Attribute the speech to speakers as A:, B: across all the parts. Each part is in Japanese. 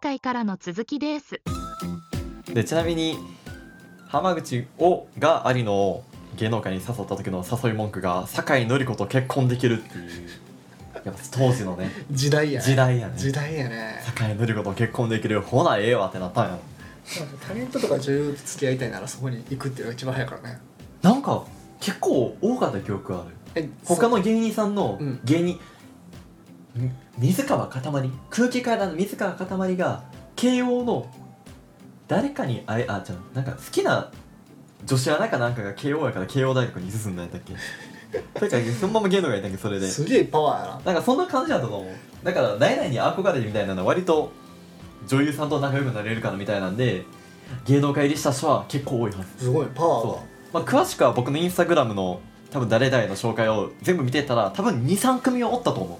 A: 回からの続きです
B: でちなみに浜口をが有野を芸能界に誘った時の誘い文句が酒井紀子と結婚できるっていうやっぱ当時のね
C: 時代やね
B: 時代やね
C: 時代やね
B: 酒井紀子と結婚できるほなええわってなったんやろ
C: タレントとか女優と付き合いたいならそこに行くっていうのが一番早いからね
B: なんか結構多かった記憶ある
C: え
B: 他の芸人さんの
C: うん
B: 芸人、み水川かたまり空気階段の水川かたまりが慶応の誰かにあえあじゃあなんか好きな女子アナかなんかが慶応やから慶応大学に進んだんやったっけ とにかくそのまま芸能がいたっけそれ
C: そう
B: です
C: げえパワーや
B: な
C: な
B: んかそんな感じだったと思うだから何々に憧れるみたいなのは割と女優さんと仲良くなれるからみたいなんで芸能界入りした人は結構多いはず
C: すごいパワーが
B: そう、まあ、詳しくは僕のインスタグラムの多分誰々の紹介を全部見てたら多分23組はおったと思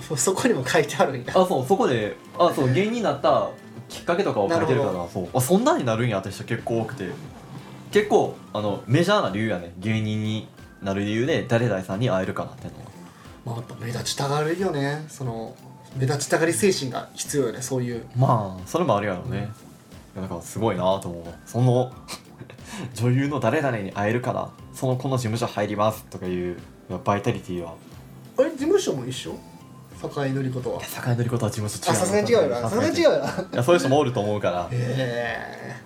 B: う
C: そこにも書いてあるんや
B: あそうそこであそう芸人になったきっかけとかを書いてるか
C: な
B: らそうあそんなになるんや私結構多くて結構あのメジャーな理由やね芸人になる理由で誰々さんに会えるかなってのは
C: まあやっぱ目立ちたがるよねその目立ちたがり精神が必要よねそういう
B: まあそれもあるやろうね、いやだからすごいなと思うその 女優の誰々に会えるからその子の事務所入りますとかいういやバイタリティは
C: あれ事務所も一緒酒井紀子とは
B: 坂井のりことは事務所違
C: あ
B: う
C: さすがに違うよなさすがに違うよなへ
B: いやそういう人もおると思うから
C: え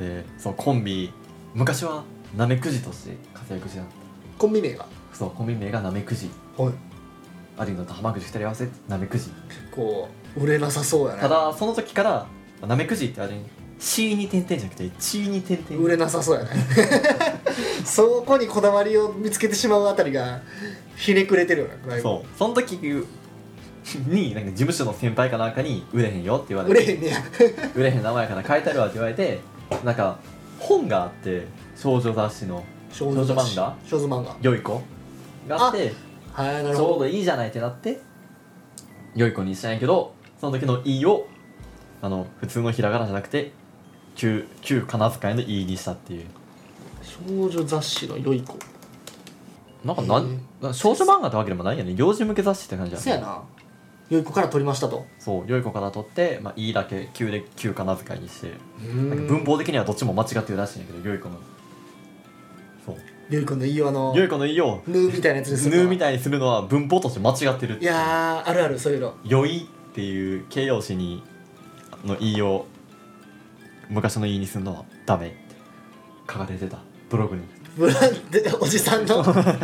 B: でそのコンビ昔はなめくじとして活躍してた
C: コンビ名が
B: そうコンビ名がなめくじ
C: はい
B: 有野と浜口二人合わせてなめくじ
C: こう売れなさそうやね
B: ただその時からなめくじってあれに C に点々じゃなくて C に点々
C: 売れなさそうやね そこにこだわりを見つけてしまうあたりがひねくれてるよねだいぶ
B: そうその時になんか事務所の先輩かなんかに「売れへんよ」って言われ
C: 売
B: て
C: れへん ねや
B: 「売れへん名前やから書いてあるわ」って言われてなんか本があって少女雑誌の
C: 少
B: 女漫画
C: 少女漫画
B: 「よい子」があって
C: はいなる
B: ちょう
C: ほど
B: どいいじゃないってなって良い子にしたんやけどその時の「い」をあの普通のひらがなじゃなくて旧旧仮名遣いの「い」にしたっていう
C: 少女雑誌の良い子
B: なんかなん、少女漫画ってわけでもないよね幼児向け雑誌って感じ
C: そや
B: ね
C: な良い子から取りましたと
B: そう良い子から取って「まあ、い」だけ旧で旧仮名遣いにしてなんか文
C: 文
B: 法的にはどっちも間違ってるらしいんやけど良い子のそう
C: 良い子の言いようの
B: 良い子の「い」を「
C: ぬみたいなやつです
B: ぬ」み
C: い
B: たいにするのは文法として間違ってるって
C: いやーあるあるそういうの
B: よいっていう形容詞にの言いを昔の言いにするのはダメって書かれてたブログに
C: ブランでおじさ んのファ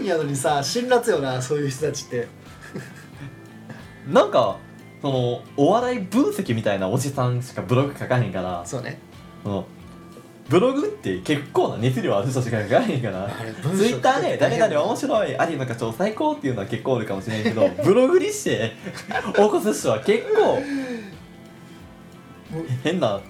C: ンやのにさ辛辣よなそういう人たちって
B: なんかそのお笑い分析みたいなおじさんしかブログ書かへんからそ
C: そうね
B: のブログって結構な熱量ある人しか書かへんから
C: あれ文章
B: ツイッターで誰々面
C: い
B: 白いありの課長最高っていうのは結構あるかもしれんけどブログにして起こす人は結構変な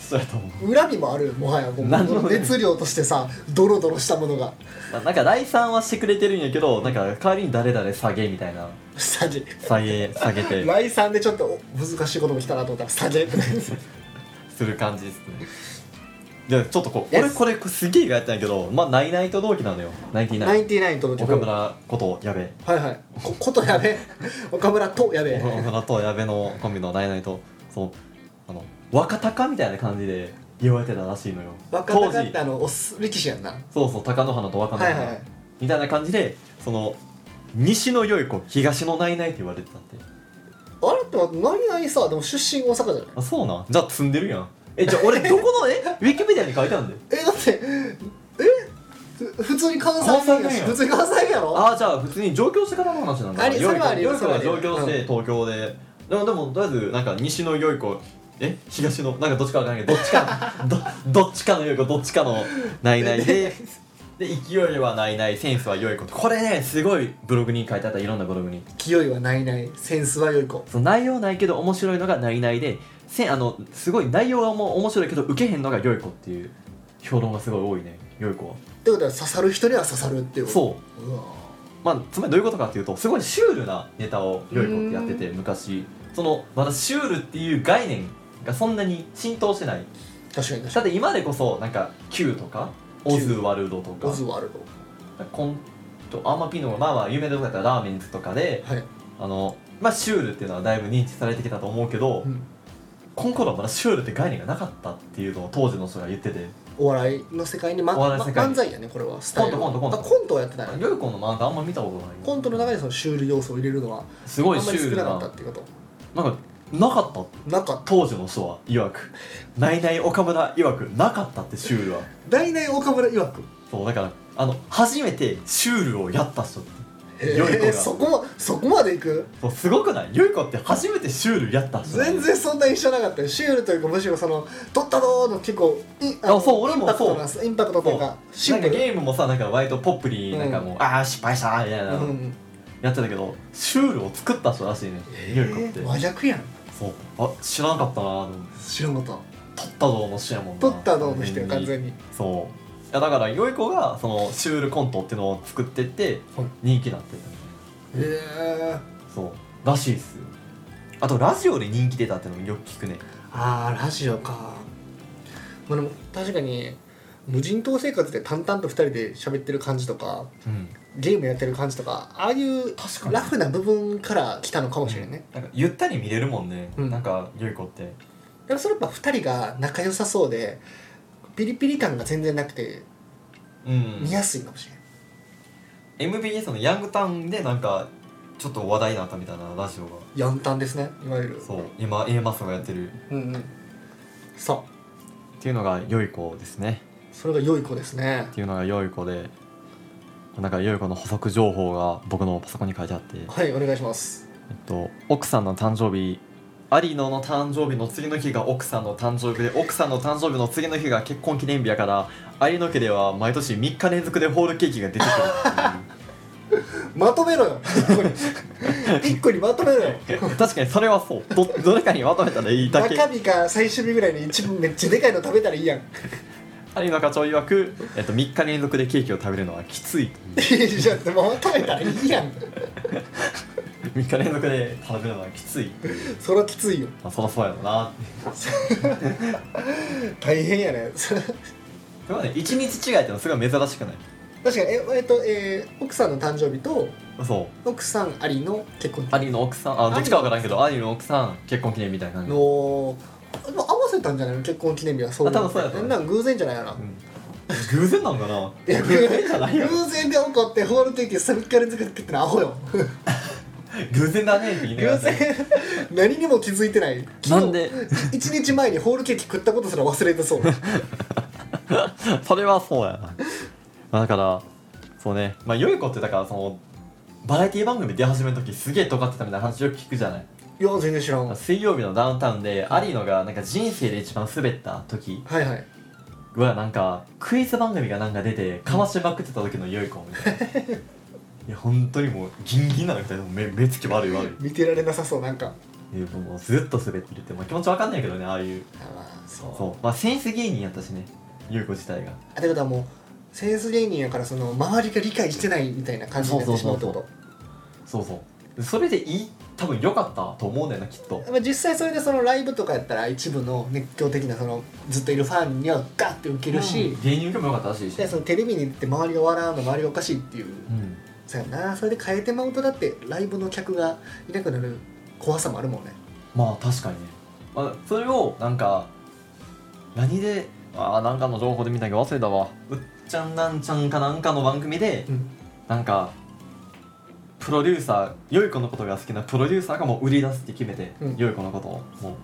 B: 人やと思う
C: 恨みもあるよもはやも
B: 何の
C: う熱量としてさドロドロしたものが
B: まあなんか来賛はしてくれてるんやけどなんか代わりに誰々下げみたいな
C: サジ
B: 下げ下げて
C: 来さんでちょっとお難しいことも来たなと思ったらサジって
B: する感じですねでちょっとこう
C: Yes
B: 俺これすげえ意外やったんやけどまあナイナイと同期なのよナインティナ
C: ナ
B: イ
C: イ
B: ン
C: ンティナインとの
B: 岡村こと矢部
C: はいはいこことやべ岡村とやべ
B: 岡村と矢部のコンビのナイナイとそうあの若鷹みたいな感じで言われてたらしいのよ
C: 若
B: 当
C: 手っ
B: 時
C: てあのおす力士やんな
B: そうそう貴乃花と若
C: は
B: 乃
C: いは
B: 花、
C: いはい
B: みたいな感じでその西の良い子東のナイナイって言われてたって
C: あれって何々さでも出身大阪じゃない
B: あそうなんじゃあ積んでるやんえじゃあ 俺どこのえウィキペディアに書いてあるんだよ
C: えだってえふ普通に関西
B: 関西
C: や
B: 弁
C: し
B: やん
C: 普通に関西弁やろ
B: ああじゃあ普通に上京してからの話なんだ
C: あ
B: 良
C: り
B: い
C: それはあり
B: 子良い
C: そ
B: 子
C: れはあ
B: が
C: り
B: 上京して
C: うん
B: 東京ででもでもとりあえずなんか西の良い子え東のなんかどっちかわからないけどどっちか どどっちかの良い子どっちかのないないでで勢いはないないセンスは良い子これねすごいブログに書いてあったいろんなブログに
C: 勢いはないないセンスは良い子
B: その内容ないけど面白いのがないないでせんあのすごい内容はもう面白いけど受けへんのが良い子っていう評論がすごい多いね良い子は
C: ってことは刺さる人には刺さるっていうう
B: そう
C: うわ
B: まあ、つまりどういうことかっていうとすごいシュールなネタを良い子ってやってて昔そのまだシュールっていう概念がそんなに浸透してない
C: 確かに確
B: だ
C: か
B: って今でこそなんか Q とかオズワルドと
C: にオ
B: か
C: ズワル
B: コントあんまピーノがまあまあ有名なとこやったらラーメンズとかで
C: ドはい
B: あのまあシュールっていうのはだいぶ認知されてきたと思うけど、
C: うん
B: この頃はまだシュールって概念がなかったっていうのを当時の人が言ってて
C: お笑いの世界に、ま
B: お笑いの世界に
C: 漫才やねこれはスタイル
B: コ
C: は
B: ントコントコント
C: だからコントをやってたよね
B: ルーコンの漫画あんま見たことない
C: コントの中にそのシュール要素を入れるのは
B: す
C: あん
B: ご
C: ま
B: い
C: り
B: シュー
C: 少
B: ル
C: な
B: な
C: かったっていうこと
B: なんかなかった
C: なかった
B: 当時の人は曰く「ないない岡村曰くなかった」ってシュールは
C: 大内岡村曰く
B: そうだからあの初めてシュールをやった人って
C: え
B: 良い子
C: ー、
B: が
C: そこもそこまでいく
B: そうすごくないゆいこって初めてシュールやった人
C: 全然そんな印象なかったよシュールというかむしろその「取ったぞ!」の結構い
B: あそう俺もそう
C: インパクトなインパクトというかシ
B: な
C: ン
B: ん
C: プ
B: か
C: ル
B: ゲームもさなんか割とポップになんかもう、ああ失敗したみたいな、
C: うん
B: やってたけどシュールを作った人らしいねゆいこって、
C: えー、和弱やん
B: そうあ知らなかったなと思って
C: 知らんかっ
B: 取ったぞの人やもんな
C: た取ったぞの人や完全に
B: そういやだからよい子がそのシュールコントっていうのを作ってって
C: はい
B: 人気になってたみたい
C: へえ
B: なそうらしいっすよあとラジオで人気出たってのもよく聞くね
C: あーラジオかまあでも確かに無人島生活で淡々と2人で喋ってる感じとか
B: うん
C: ゲームやってる感じとかああいう
B: 確かに
C: ラフな部分から来たのかもしれんね、
B: なんかゆったり見れるもんね、
C: うん
B: なんかよい子って
C: でもそれやっぱ2人が仲良さそうでピリピリ感が全然なくて
B: うん
C: 見やすいかもしれない、
B: MBS のヤングタウンでなんかちょっと話題になったみたいなラジオが
C: ん、ヤンタンですねいわゆる
B: そう今 A マスがやってるっ
C: うんうんそう
B: ていうのが良い子ですね
C: それが良い子ですね
B: っていうのが良い子でなんか良い子の補足情報が僕のパソコンに書いてあって
C: はいお願いします
B: えっと、奥さんの誕生日有野の誕生日の次の日が奥さんの誕生日で奥さんの誕生日の次の日が結婚記念日やから有野家では毎年3日連続でホールケーキが出てくる
C: まとめろ よ一個に一個にまとめろよ
B: っていう確かにそれはそうど どれかにまとめたらいいだけ
C: 中日か最終日ぐらいに一番めっちゃでかいの食べたらいいやんい
B: 有野課長曰く、えっと、3日連続でケーキを食べるのはきつい
C: いじゃんもう食べたらいいや
B: 3
C: ん
B: 日連続で食べるのはきつい
C: それはきついよ
B: まあそりゃそうやろな
C: 大変やね確か
B: でもね1日違いってのはすごい珍しくない
C: にええっと、えー奥さんの誕生日と
B: そう
C: 奥さんありの結婚
B: 有野奥さんあどっちかわからんけど有野奥さん結婚記念日みたいな感じ
C: のでも合わせたんじゃないの結婚記念日はそういうの
B: あ多分そうやと思う
C: なんか偶然じゃないかな
B: うん偶然なんかない
C: や
B: 偶然じゃないよ
C: 偶然で起こってホールケーキ3日連続で食ってのアホよ
B: 偶然だねって言いなが
C: 偶
B: ら
C: 然何にも気づいてない
B: なんで
C: 1日前にホールケーキ食ったことすら忘れてそう
B: それはそうやな、まあ、だからそうねまあ良い子ってだからそのバラエティ番組出始めの時すげえ尖ってたみたいな話よく聞くじゃない
C: いや全然知らんはい
B: 水曜日のダウンタウンで有野がなんか人生で一番滑った時
C: はい
B: はなんかクイズ番組がなんか出てかましまくってた時の良い子みたいないや本当にもうギンギンなのみたいな目目つき悪い悪い
C: 見てられなさそうなんか
B: いやもうずっと滑ってるって、まあ、気持ちわかんないけどねああいう
C: あまあそう
B: そうまあセンス芸人やったしね優子自体が
C: あてことはもうセンス芸人やからその周りが理解してないみたいな感じになってしまうってこと
B: そうそうそうそれでいい多分良かったと思うんだよなきっと
C: まあ実際それでそのライブとかやったら一部の熱狂的なそのずっといるファンにはガッて受けるし、
B: うん芸人受けも良かったらしいし
C: でそのテレビに行って周りが笑うの周りがおかしいっていう、
B: うん
C: そうやなそれで変えてまうとだってライブの客がいなくなる怖さもあるもんね
B: まあ確かにね、まあ、それをなんか何でああなんかの情報で見たけど忘れたわうっちゃんなんちゃんかなんかの番組で
C: うん
B: なんかプロデューサーよい子のことが好きなプロデューサーがもう売り出すって決めて、
C: うん
B: よい子のことをもう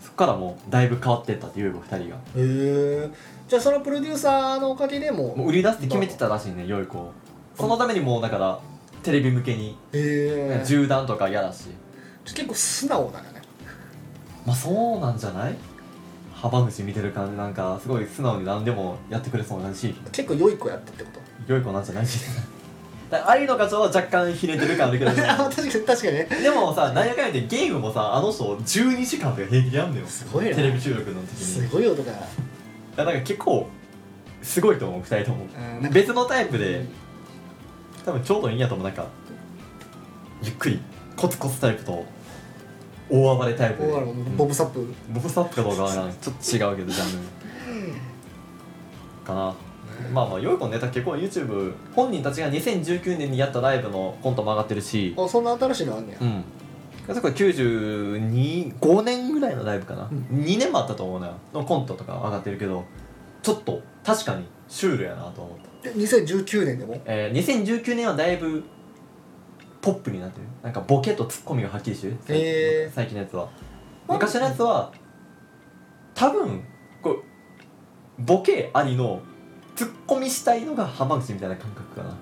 B: そっからもうだいぶ変わってったっていう子2人が
C: へえじゃあそのプロデューサーのおかげでも
B: もう売り出すって決めてたらしいね良い子をそのためにもうだからテレビ向けに
C: うへえ
B: 銃弾とか嫌だし
C: 結構素直だよね
B: まあそうなんじゃない幅口見てる感じなんかすごい素直に何でもやってくれそうなし
C: 結構良い子やったってこと
B: 良い子なんじゃないし だから有野課長は若干ひねってる感あるけど
C: あ 確かに確かにね
B: でもさ何やかんやでゲームもさあの人12時間とか平気でやんのよ
C: すごいな
B: テレビ収録の時
C: す
B: に
C: ごい男だな
B: だから結構すごいと思う2人とも
C: うんなんか
B: 別のタイプで多分ちょうどいいんやと思うなんかゆっくりコツコツタイプと大暴れタイプで
C: おあのボブサップ、
B: ボブサップかどうかはわからんちょっと違うけどジャンルかなまあまあよい子のネタ結構 YouTube 本人たちが2019年にやったライブのコントも上がってるし
C: あそんな新しいのあんねや
B: うんそこ925年ぐらいのライブかな、
C: うん
B: 2年もあったと思うなのコントとか上がってるけどちょっと確かにシュールやなと思った、
C: で2019年でも
B: えー、2019年はだいぶポップになってるなんかボケとツッコミがはっきりしてる最近,、
C: へー
B: 最近のやつは昔のやつは多分こうボケありのツッコミしたいのが浜口みたいな感覚かな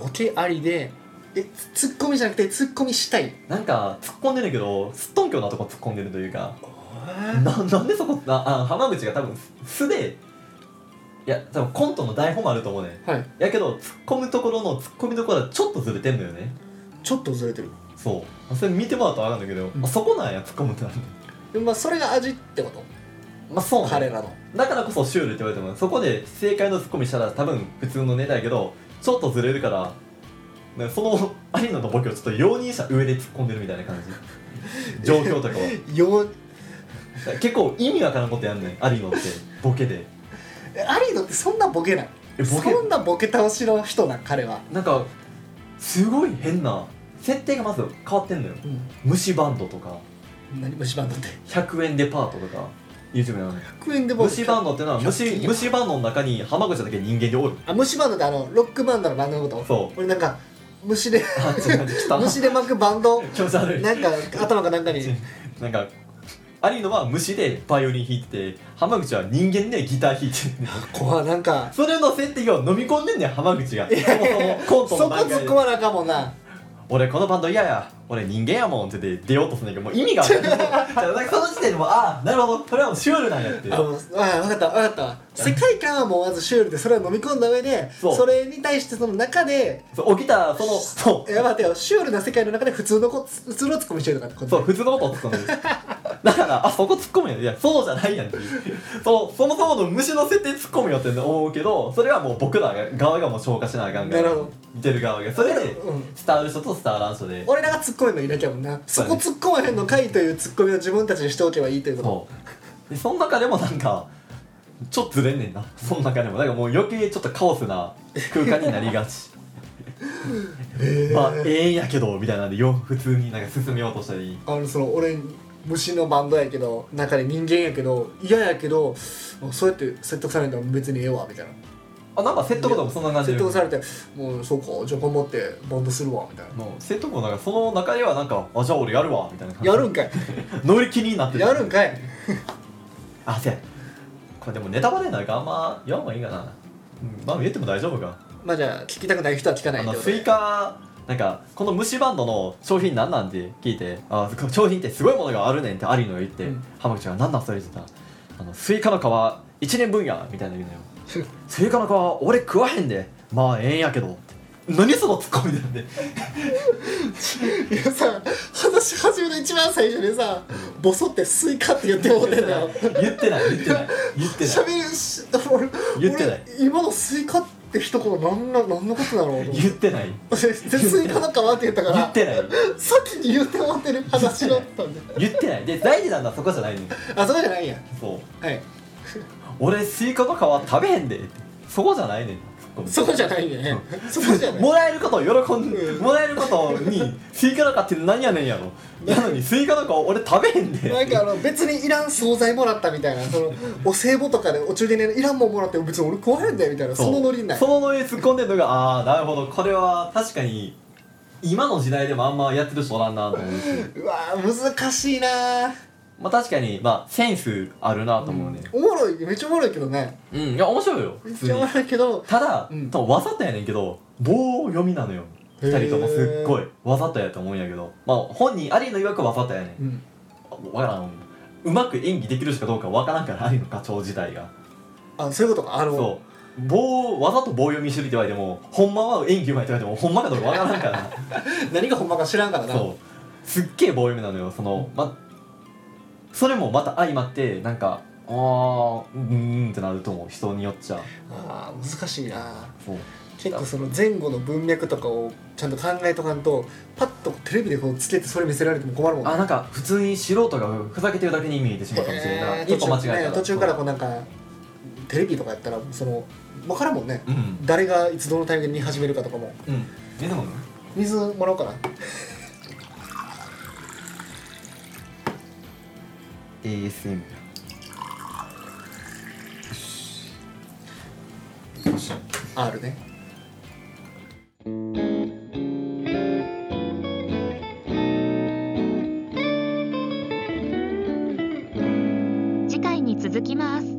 C: ボケありでえツッコミじゃなくてツッコミしたい
B: なんか突っ込んでるけどすっとんきょうなとこ突っ込んでるというかな なんでそこああ浜口が多分素でいや多分コントの台本もあると思うね
C: はい
B: やけど突っ込むところの突っ込みどころはちょっとずれてんのよね
C: ちょっとずれてる
B: そうそれ見てもらったら分かるんだけど、
C: うん
B: あそこなんや突っ込むってなるね
C: でもまあそれが味ってこと
B: まあそうね
C: 彼らの
B: だからこそシュールって言われてもそこで正解のツッコミしたら多分普通のネタやけどちょっとずれるからねその アリナのボケをちょっと容認した上で突っ込んでるみたいな感じ状況とかは
C: よ
B: 結構意味わからんことやんねんアリノってボケで
C: えアリードってそんなボケない
B: えボケ
C: そんなボケ倒しの人なん彼は、
B: なんかすごい変な設定がまず変わってんのよ
C: うん、
B: 虫バンドとか
C: 何虫バンドって
B: 100円デパートとか YouTube なのね
C: 100円でボ
B: 虫バンドってのは
C: 100
B: 虫
C: 均や
B: 虫バンドの中に浜口だけ人間でおる
C: あ虫バンドってあのロックバンドのバンドのこと
B: そう
C: 俺なんか虫 で
B: あちょっと待って汚い
C: 虫で巻くバンド
B: 気持ち悪い
C: なんか頭かなんかに
B: なんかアリノは虫でバイオリン弾いてて浜口は人間でギター弾いてるね
C: 怖いなんか
B: それの設定を飲み込んでんねん浜口がそも
C: そ
B: そもコントの段
C: こ突
B: 階
C: っ
B: で
C: 込まなあかんもんな
B: 俺このバンド嫌や俺人間やもんって言って出ようとするんだけどもう意味が分かんないだからなんかその時点でもうああなるほどそれはもうシュールなんやって
C: あもうあ分かった分かったわ世界観はもうまずシュールでそれを飲み込んだ上で
B: そ
C: そうれに対してその中で
B: そう起きたそのそ
C: いや待てよシュールな世界の中で普通のこ普通のツッコミしてるとかってこ
B: う
C: と
B: そう普通のことを突っ込んでるだからあそこ突っ込むよいやそうじゃないやんっていうそうそもそもの虫の設定突っ込むよって思うけどそれはもう僕らが側がもう消化しなあかんから
C: なるほど
B: 見てる側がそれで
C: うん
B: 伝わる人と伝わらん人で
C: 俺らが突っ込めんのいなきゃもんなそこ突っ込まへんのかいという突っ込みを自分たちにしておけばいいというこ
B: そうでその中でもなんかちょっとずれんねんなその中でもなんかもう余計ちょっとカオスな空間になりがち
C: とへえ
B: まあええんやけどみたいなんでよ普通になんか進めようとしたり
C: あのその俺虫のバンドやけど中で人間やけど嫌やけどそうやって説得されたら別にええわみたいな
B: あなんか説得とかもそんな感じ
C: 説
B: で
C: 得されてもうそうかじゃあ頑張ってバンドするわみたいな
B: もう説得もなんかその中ではなんかあじゃあ俺やるわみたいな感じ
C: やるんかい
B: 乗り気になって
C: やるんかい
B: あせやこれでもネタバレになるからあんま言わん方がいいかな、うん、まあ言っても大丈夫か
C: まあじゃあ聞きたくない人は聞かない
B: あ
C: って
B: の
C: こと
B: ス
C: で
B: イカなんかこの虫バンドの商品なんなんって聞いてあ商品ってすごいものがあるねんってアリの言って、
C: うん
B: 浜口が何なんそれって言ったらあのスイカの皮1年分やみたいな言うのよスイカの皮俺食わへんでまあええんやけどって何そのツッコミなんで
C: いやさ話し始めの一番最初でさボソってスイカって言ってもうてんだ よ
B: 言ってない言ってない言ってない
C: 喋るし俺
B: 言ってない
C: 俺今のスイカって一言何な何のことだろうと思って
B: 言ってない
C: 俺スイカの皮って言ったから
B: 言ってない
C: さっきに言ってもらってる話だったんで
B: 言ってないで大事なのはそこじゃないのよ
C: あそこじゃないんや
B: そう
C: はい
B: 俺スイカの皮食べへんでってそこじゃないねんツッコミ
C: そこじゃないんやねそこじゃない
B: もらえることを喜んで、
C: うん
B: もらえることにスイカなんかって何やねんやろなのにスイカなんか俺食べへんで
C: なんかあの別にいらん惣菜もらったみたいなそのお歳暮とかでお中元でいらんもんもらって別に俺食わへんだよみたいな
B: そう
C: そのノリにない
B: そのノリに突っ込んでるのがああなるほどこれは確かに今の時代でもあんまやってる人おらんなと思うし
C: うわー難しいなー
B: まあ確かにまあセンスあるなと思うね
C: おもろいめっちゃおもろいけどね
B: うん、いや面白いよ
C: め
B: 普
C: っ
B: 通
C: ちゃお
B: に
C: もろいけど
B: ただ、
C: うん
B: 多分わざとやねんけど棒読みなのよ
C: へ
B: 二
C: ー
B: 人ともすっごいわざとやと思うんやけどまあ本人アリの曰くわざとやねん
C: うん
B: わからんうまく演技できるしかどうかわからんからアリの課長自体が
C: あそういうことかあの
B: そう棒わざと棒読みしてるって言われてもほんまは演技うまいって言われてもほんまかどうかわからん から
C: 何がほんまか知らんからな
B: そうすっげえ棒読みなのよそのまそれもまた相まってなんかあーうーんってなると思う人によっちゃ
C: あー難しいな
B: そう
C: 結構その前後の文脈とかをちゃんと考えとかんとパッとテレビでこうつけてそれ見せられても困るもんね
B: あなんか普通に素人がふざけてるだけに見えてしまうかもしれんない、
C: えー
B: ちょっと間違えたら
C: 途中からこうなんかテレビとかやったらその分からんもんね
B: うん
C: 誰がいつどのタイミングで見始めるかとかも
B: うん水飲む
C: 水もらおうか な
B: ？ASM
C: よし R ね
A: 次回に続きます